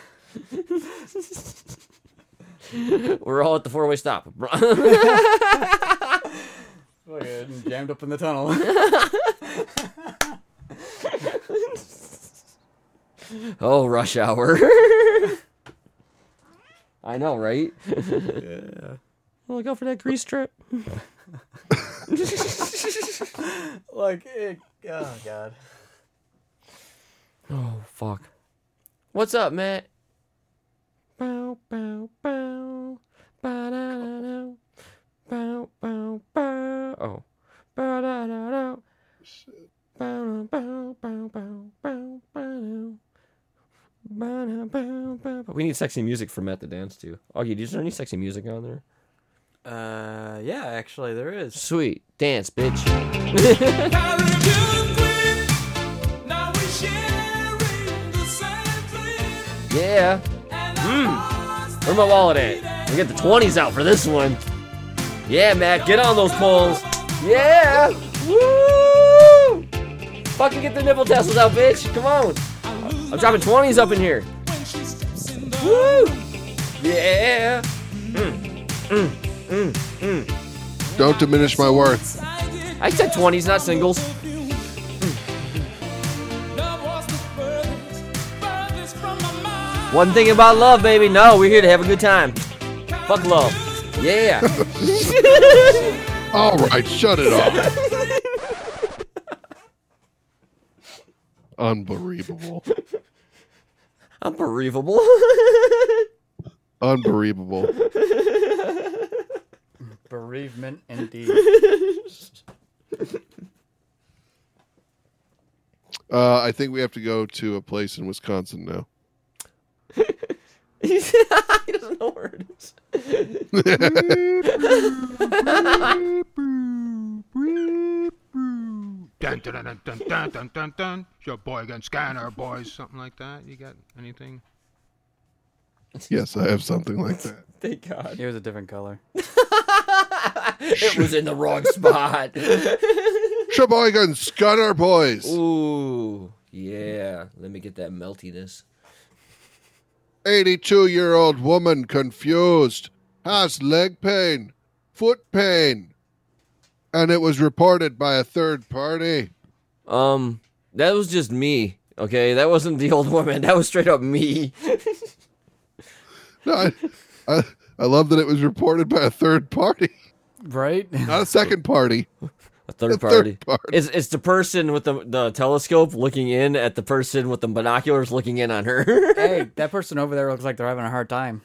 D: We're all at the four-way stop. [laughs]
E: Jammed up in the tunnel.
D: [laughs] oh, rush
E: [laughs]
D: hour. I know, right? [laughs] Look out for that grease strip.
E: like, it, oh god.
D: Oh fuck. What's up, Matt? Bow bow bow ba da da da bow bow bow oh ba da da da bow bow bow bow bow bow bow bow bow We need sexy music for Matt to dance to. Augie, is there any sexy music on there?
E: Uh, yeah, actually, there is.
D: Sweet dance, bitch. Yeah. Mm. Where my wallet at? We got the 20s out for this one. Yeah, Matt, get on those poles. Yeah. Woo! Fucking get the nipple tassels out, bitch. Come on. I'm dropping 20s up in here. Woo! Yeah.
F: Don't diminish my worth.
D: I said 20s, not singles. One thing about love, baby. No, we're here to have a good time. Fuck love. [laughs] Yeah.
F: All right, shut it off.
D: [laughs]
F: Unbelievable.
D: Unbelievable.
F: Unbelievable.
E: Bereavement indeed.
D: [laughs]
F: Uh, I think we have to go to a place in Wisconsin now.
D: he doesn't know where it is.
J: Dun, dun, dun, dun, dun, dun, dun, dun. It's Your boy against Scanner Boys, something like that. You got anything?
F: Yes, I have something like that.
D: Thank God.
E: It was a different color.
D: [laughs] It was in the wrong [laughs] spot.
F: Sheboygan Scudder Boys.
D: Ooh. Yeah. Let me get that meltiness.
F: 82 year old woman confused has leg pain, foot pain, and it was reported by a third party.
D: Um, that was just me. Okay, that wasn't the old woman. That was straight up me.
F: No, I, I, I love that it was reported by a third party,
E: Right? [laughs]
F: not a second party.
D: A third party. It's it's the person with the the telescope looking in at the person with the binoculars looking in on her. [laughs]
E: hey, that person over there looks like they're having a hard time.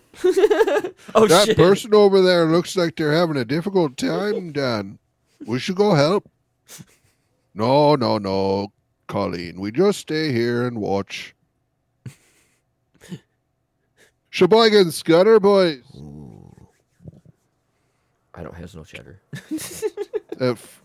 D: oh
F: That
D: shit!
F: person over there looks like they're having a difficult time, Dan. We should go help. No, no, no, Colleen. We just stay here and watch. Sheboygan Scudder Boys.
D: I don't have no cheddar.
F: at, f-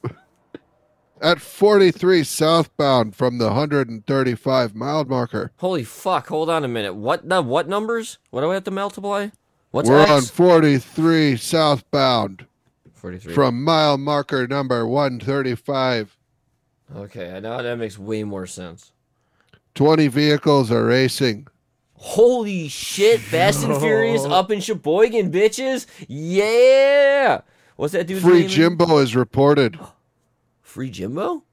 F: at 43 southbound from the 135 mile marker.
D: Holy fuck! Hold on a minute. What the what numbers? What do I have to multiply? What's
F: We're
D: X?
F: on 43 southbound
D: Forty-three.
F: from mile marker number 135.
D: Okay, I know that makes way more sense.
F: 20 vehicles are racing.
D: Holy shit! Fast and [laughs] Furious up in Sheboygan, bitches. Yeah. What's that dude's
F: Free
D: name?
F: Jimbo
D: [gasps]
F: is reported.
D: Free Jimbo.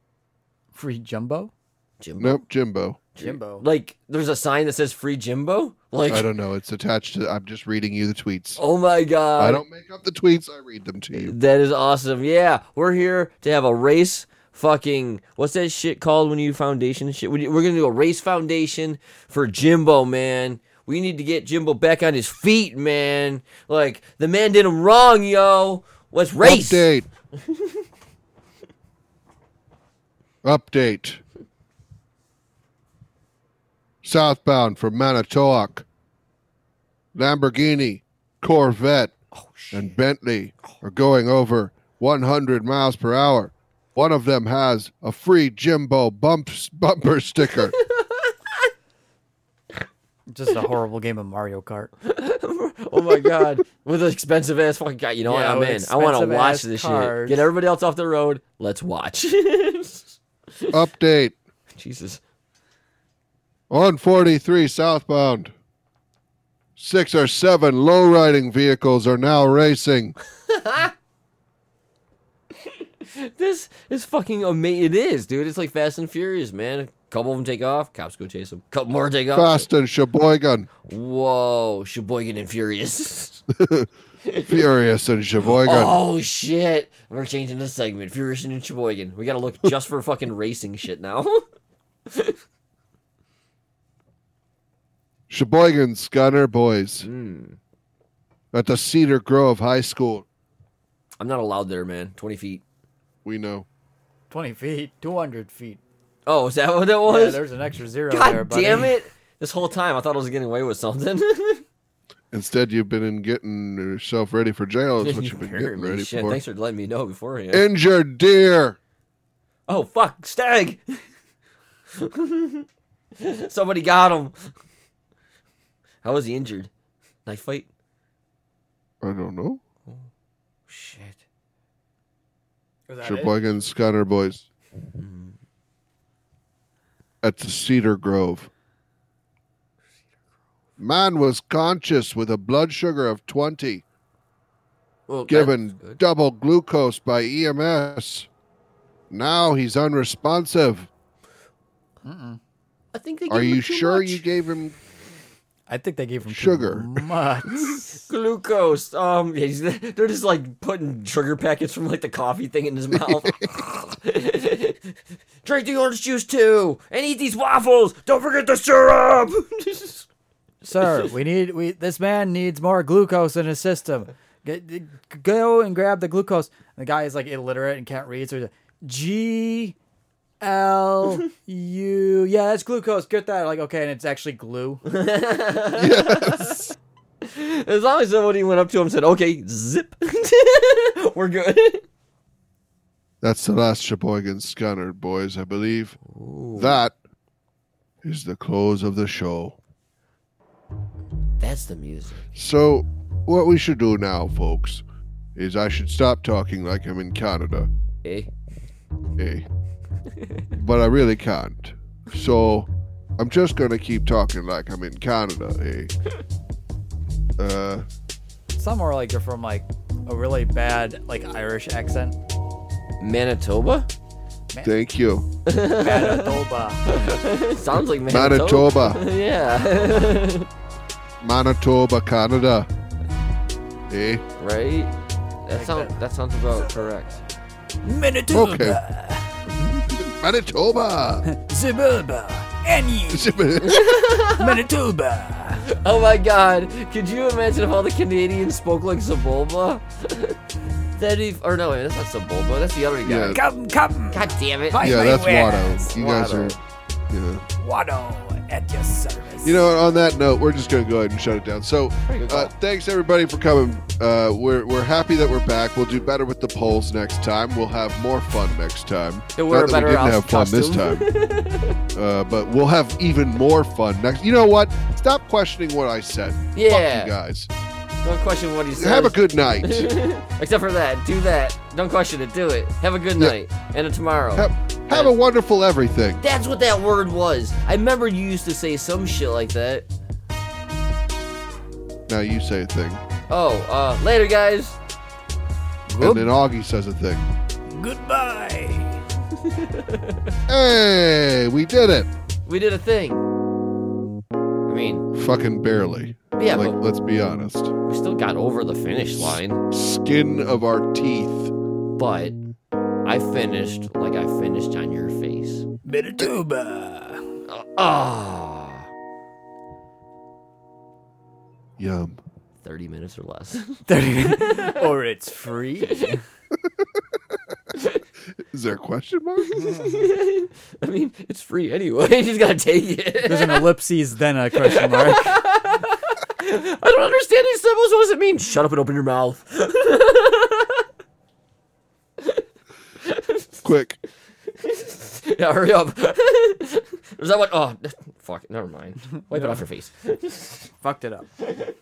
E: Free Jumbo?
D: Jimbo.
F: Nope, Jimbo.
E: Jimbo.
D: Like, there's a sign that says "Free Jimbo." Like,
F: I don't know. It's attached to. I'm just reading you the tweets.
D: oh my god.
F: I don't make up the tweets. I read them to you.
D: That is awesome. Yeah, we're here to have a race. Fucking what's that shit called when you foundation shit? When you- We're gonna do a race foundation for Jimbo, man. We need to get Jimbo back on his feet, man. Like the man did him wrong, yo. Let's race.
F: Update. Update. Southbound from Manitowoc. Lamborghini, Corvette,
D: Oh,
F: and Bentley are going over 100 miles per hour. One of them has a free Jimbo bumps
D: [laughs]
F: bumper sticker.
E: Just a horrible game of Mario Kart.
D: [laughs] [laughs] Oh my god, with an expensive ass fucking guy. You know
E: Yeah,
D: what?
E: with
D: I'm in. I want to
E: expensive
D: watch
E: ass
D: this
E: cars.
D: shit. Get everybody else off the road. Let's watch. [laughs]
F: Update.
D: Jesus.
F: On 43 southbound, six or seven low riding vehicles are now racing.
D: This is fucking amazing. It is, dude. It's like Fast and Furious, man. A couple of them take off. Cops go chase them. Couple more take off.
F: Fast and Sheboygan,
D: Whoa, Sheboygan and
F: [laughs]
D: Furious.
F: Furious and Sheboygan.
D: oh shit, we're changing the segment. Furious and Sheboygan. We gotta
F: [laughs]
D: look just for fucking racing shit now. [laughs]
F: Sheboygan Scudder Boys
D: Hmm.
F: at the Cedar Grove High School.
D: I'm not allowed there, man. Twenty feet.
F: We know.
E: 20 feet, 200 feet.
D: Oh, is that what that [laughs]
E: Yeah,
D: was?
E: there's an extra zero
D: God
E: there, buddy.
D: damn it! This whole time I thought I was getting away with something.
F: Instead, you've been in getting yourself ready for jail.
D: [laughs]
F: Is what you've been
D: Heard
F: getting
D: me.
F: ready
D: Shit,
F: for.
D: Thanks for letting me know beforehand.
F: Injured deer.
D: oh fuck, stag! [laughs] Somebody got him. How was he injured? Knife fight.
F: I don't know.
D: Shit.
F: Sheboygan Scudder Boys
D: Mm-hmm.
F: at the Cedar Grove. Man was conscious with a blood sugar of 20,
D: Well,
F: given
D: that's good.
F: double glucose by EMS. Now he's unresponsive.
D: I think they
F: Are
D: gave him
F: you
D: too
F: sure
D: much.
F: you gave him
E: I think they gave him too
F: Sugar.
E: Much.
F: [laughs]
D: glucose. Um, he's- they're just like putting sugar packets from like the coffee thing in his mouth. [laughs] Drink the orange juice too, and eat these waffles. Don't forget the syrup. [laughs]
E: Sir, we need we this man needs more glucose in his system. Get, g- go and grab the glucose. And the guy is like illiterate and can't read, so he's like, G L U. [laughs] Yeah, that's glucose. Get that. Like, okay, and it's actually glue.
F: [laughs]
D: as long as somebody went up to him and said, "Okay, zip, [laughs] we're good."
F: That's the last Sheboygan Scanner, boys, I believe. That is the close of the show.
D: That's the music.
F: So, what we should do now, folks, is I should stop talking like I'm in Canada,
D: Hey,
F: eh? but I really can't. So, I'm just gonna keep talking like I'm in Canada, eh? Uh,
E: Some are like they're from like a really bad like Irish accent.
D: Manitoba
F: thank you,
E: Manitoba.
D: sounds like Manitoba. [laughs]
F: Manitoba,
D: yeah, [laughs]
F: Manitoba, Canada, eh?
D: right. That sounds that sounds about correct.
E: Manitoba.
F: Okay, Manitoba. [laughs]
E: Suburba. And Manitoba.
D: Oh my god, could you imagine if all the Canadians spoke like Zabulba? [laughs] that if, or no, wait, that's not Zabulba, that's the other guy.
F: Yeah.
E: Come, come.
D: God damn it.
F: yeah, that's Watto. You guys are,
D: Watto.
F: yeah.
E: Watto.
I: at your service.
F: You know, what, on that note, we're just going to go ahead and shut it down. So, uh, thanks everybody for coming. Uh, we're we're happy that we're back. We'll do better with the polls next time. We'll have more fun next time.
D: You'll wear a
F: Not that we
D: better
F: didn't have fun
D: oust-
F: this
D: [laughs]
F: time, uh, but we'll have even more fun next. You know what? Stop questioning what I said.
D: Yeah.
F: Fuck you guys.
D: Don't question what he says.
F: Have a good night.
D: [laughs] Except for that. Do that. Don't question it. Do it. Have a good night. And a tomorrow.
F: Have, have a wonderful everything.
D: That's what that word was. I remember you used to say some shit like that.
F: Now you say a thing,
D: Oh, uh, later, guys.
F: and then Augie says a thing.
A: Goodbye.
F: Hey, we did it.
D: We did a thing. I mean,
F: Fucking barely.
D: Yeah,
F: Like,
D: but-
F: let's be honest.
D: we still got over the finish line,
F: Skin of our teeth.
D: but I finished like I finished on your face.
A: Manitoba.
D: Ah,
F: Yum.
D: 30 minutes or less.
I: or it's [laughs] free.
F: Is there a question
D: [laughs]
F: mark?
D: I mean, it's free anyway. [laughs] You just gotta take it.
I: There's an ellipses, then a question mark.
D: I don't understand these symbols. What does it mean? Shut up and open your mouth. [laughs]
F: Quick.
D: yeah, hurry up. [laughs] Is that what? Oh, fuck. Never mind. Wipe it off your face.
I: [laughs] Fucked it up.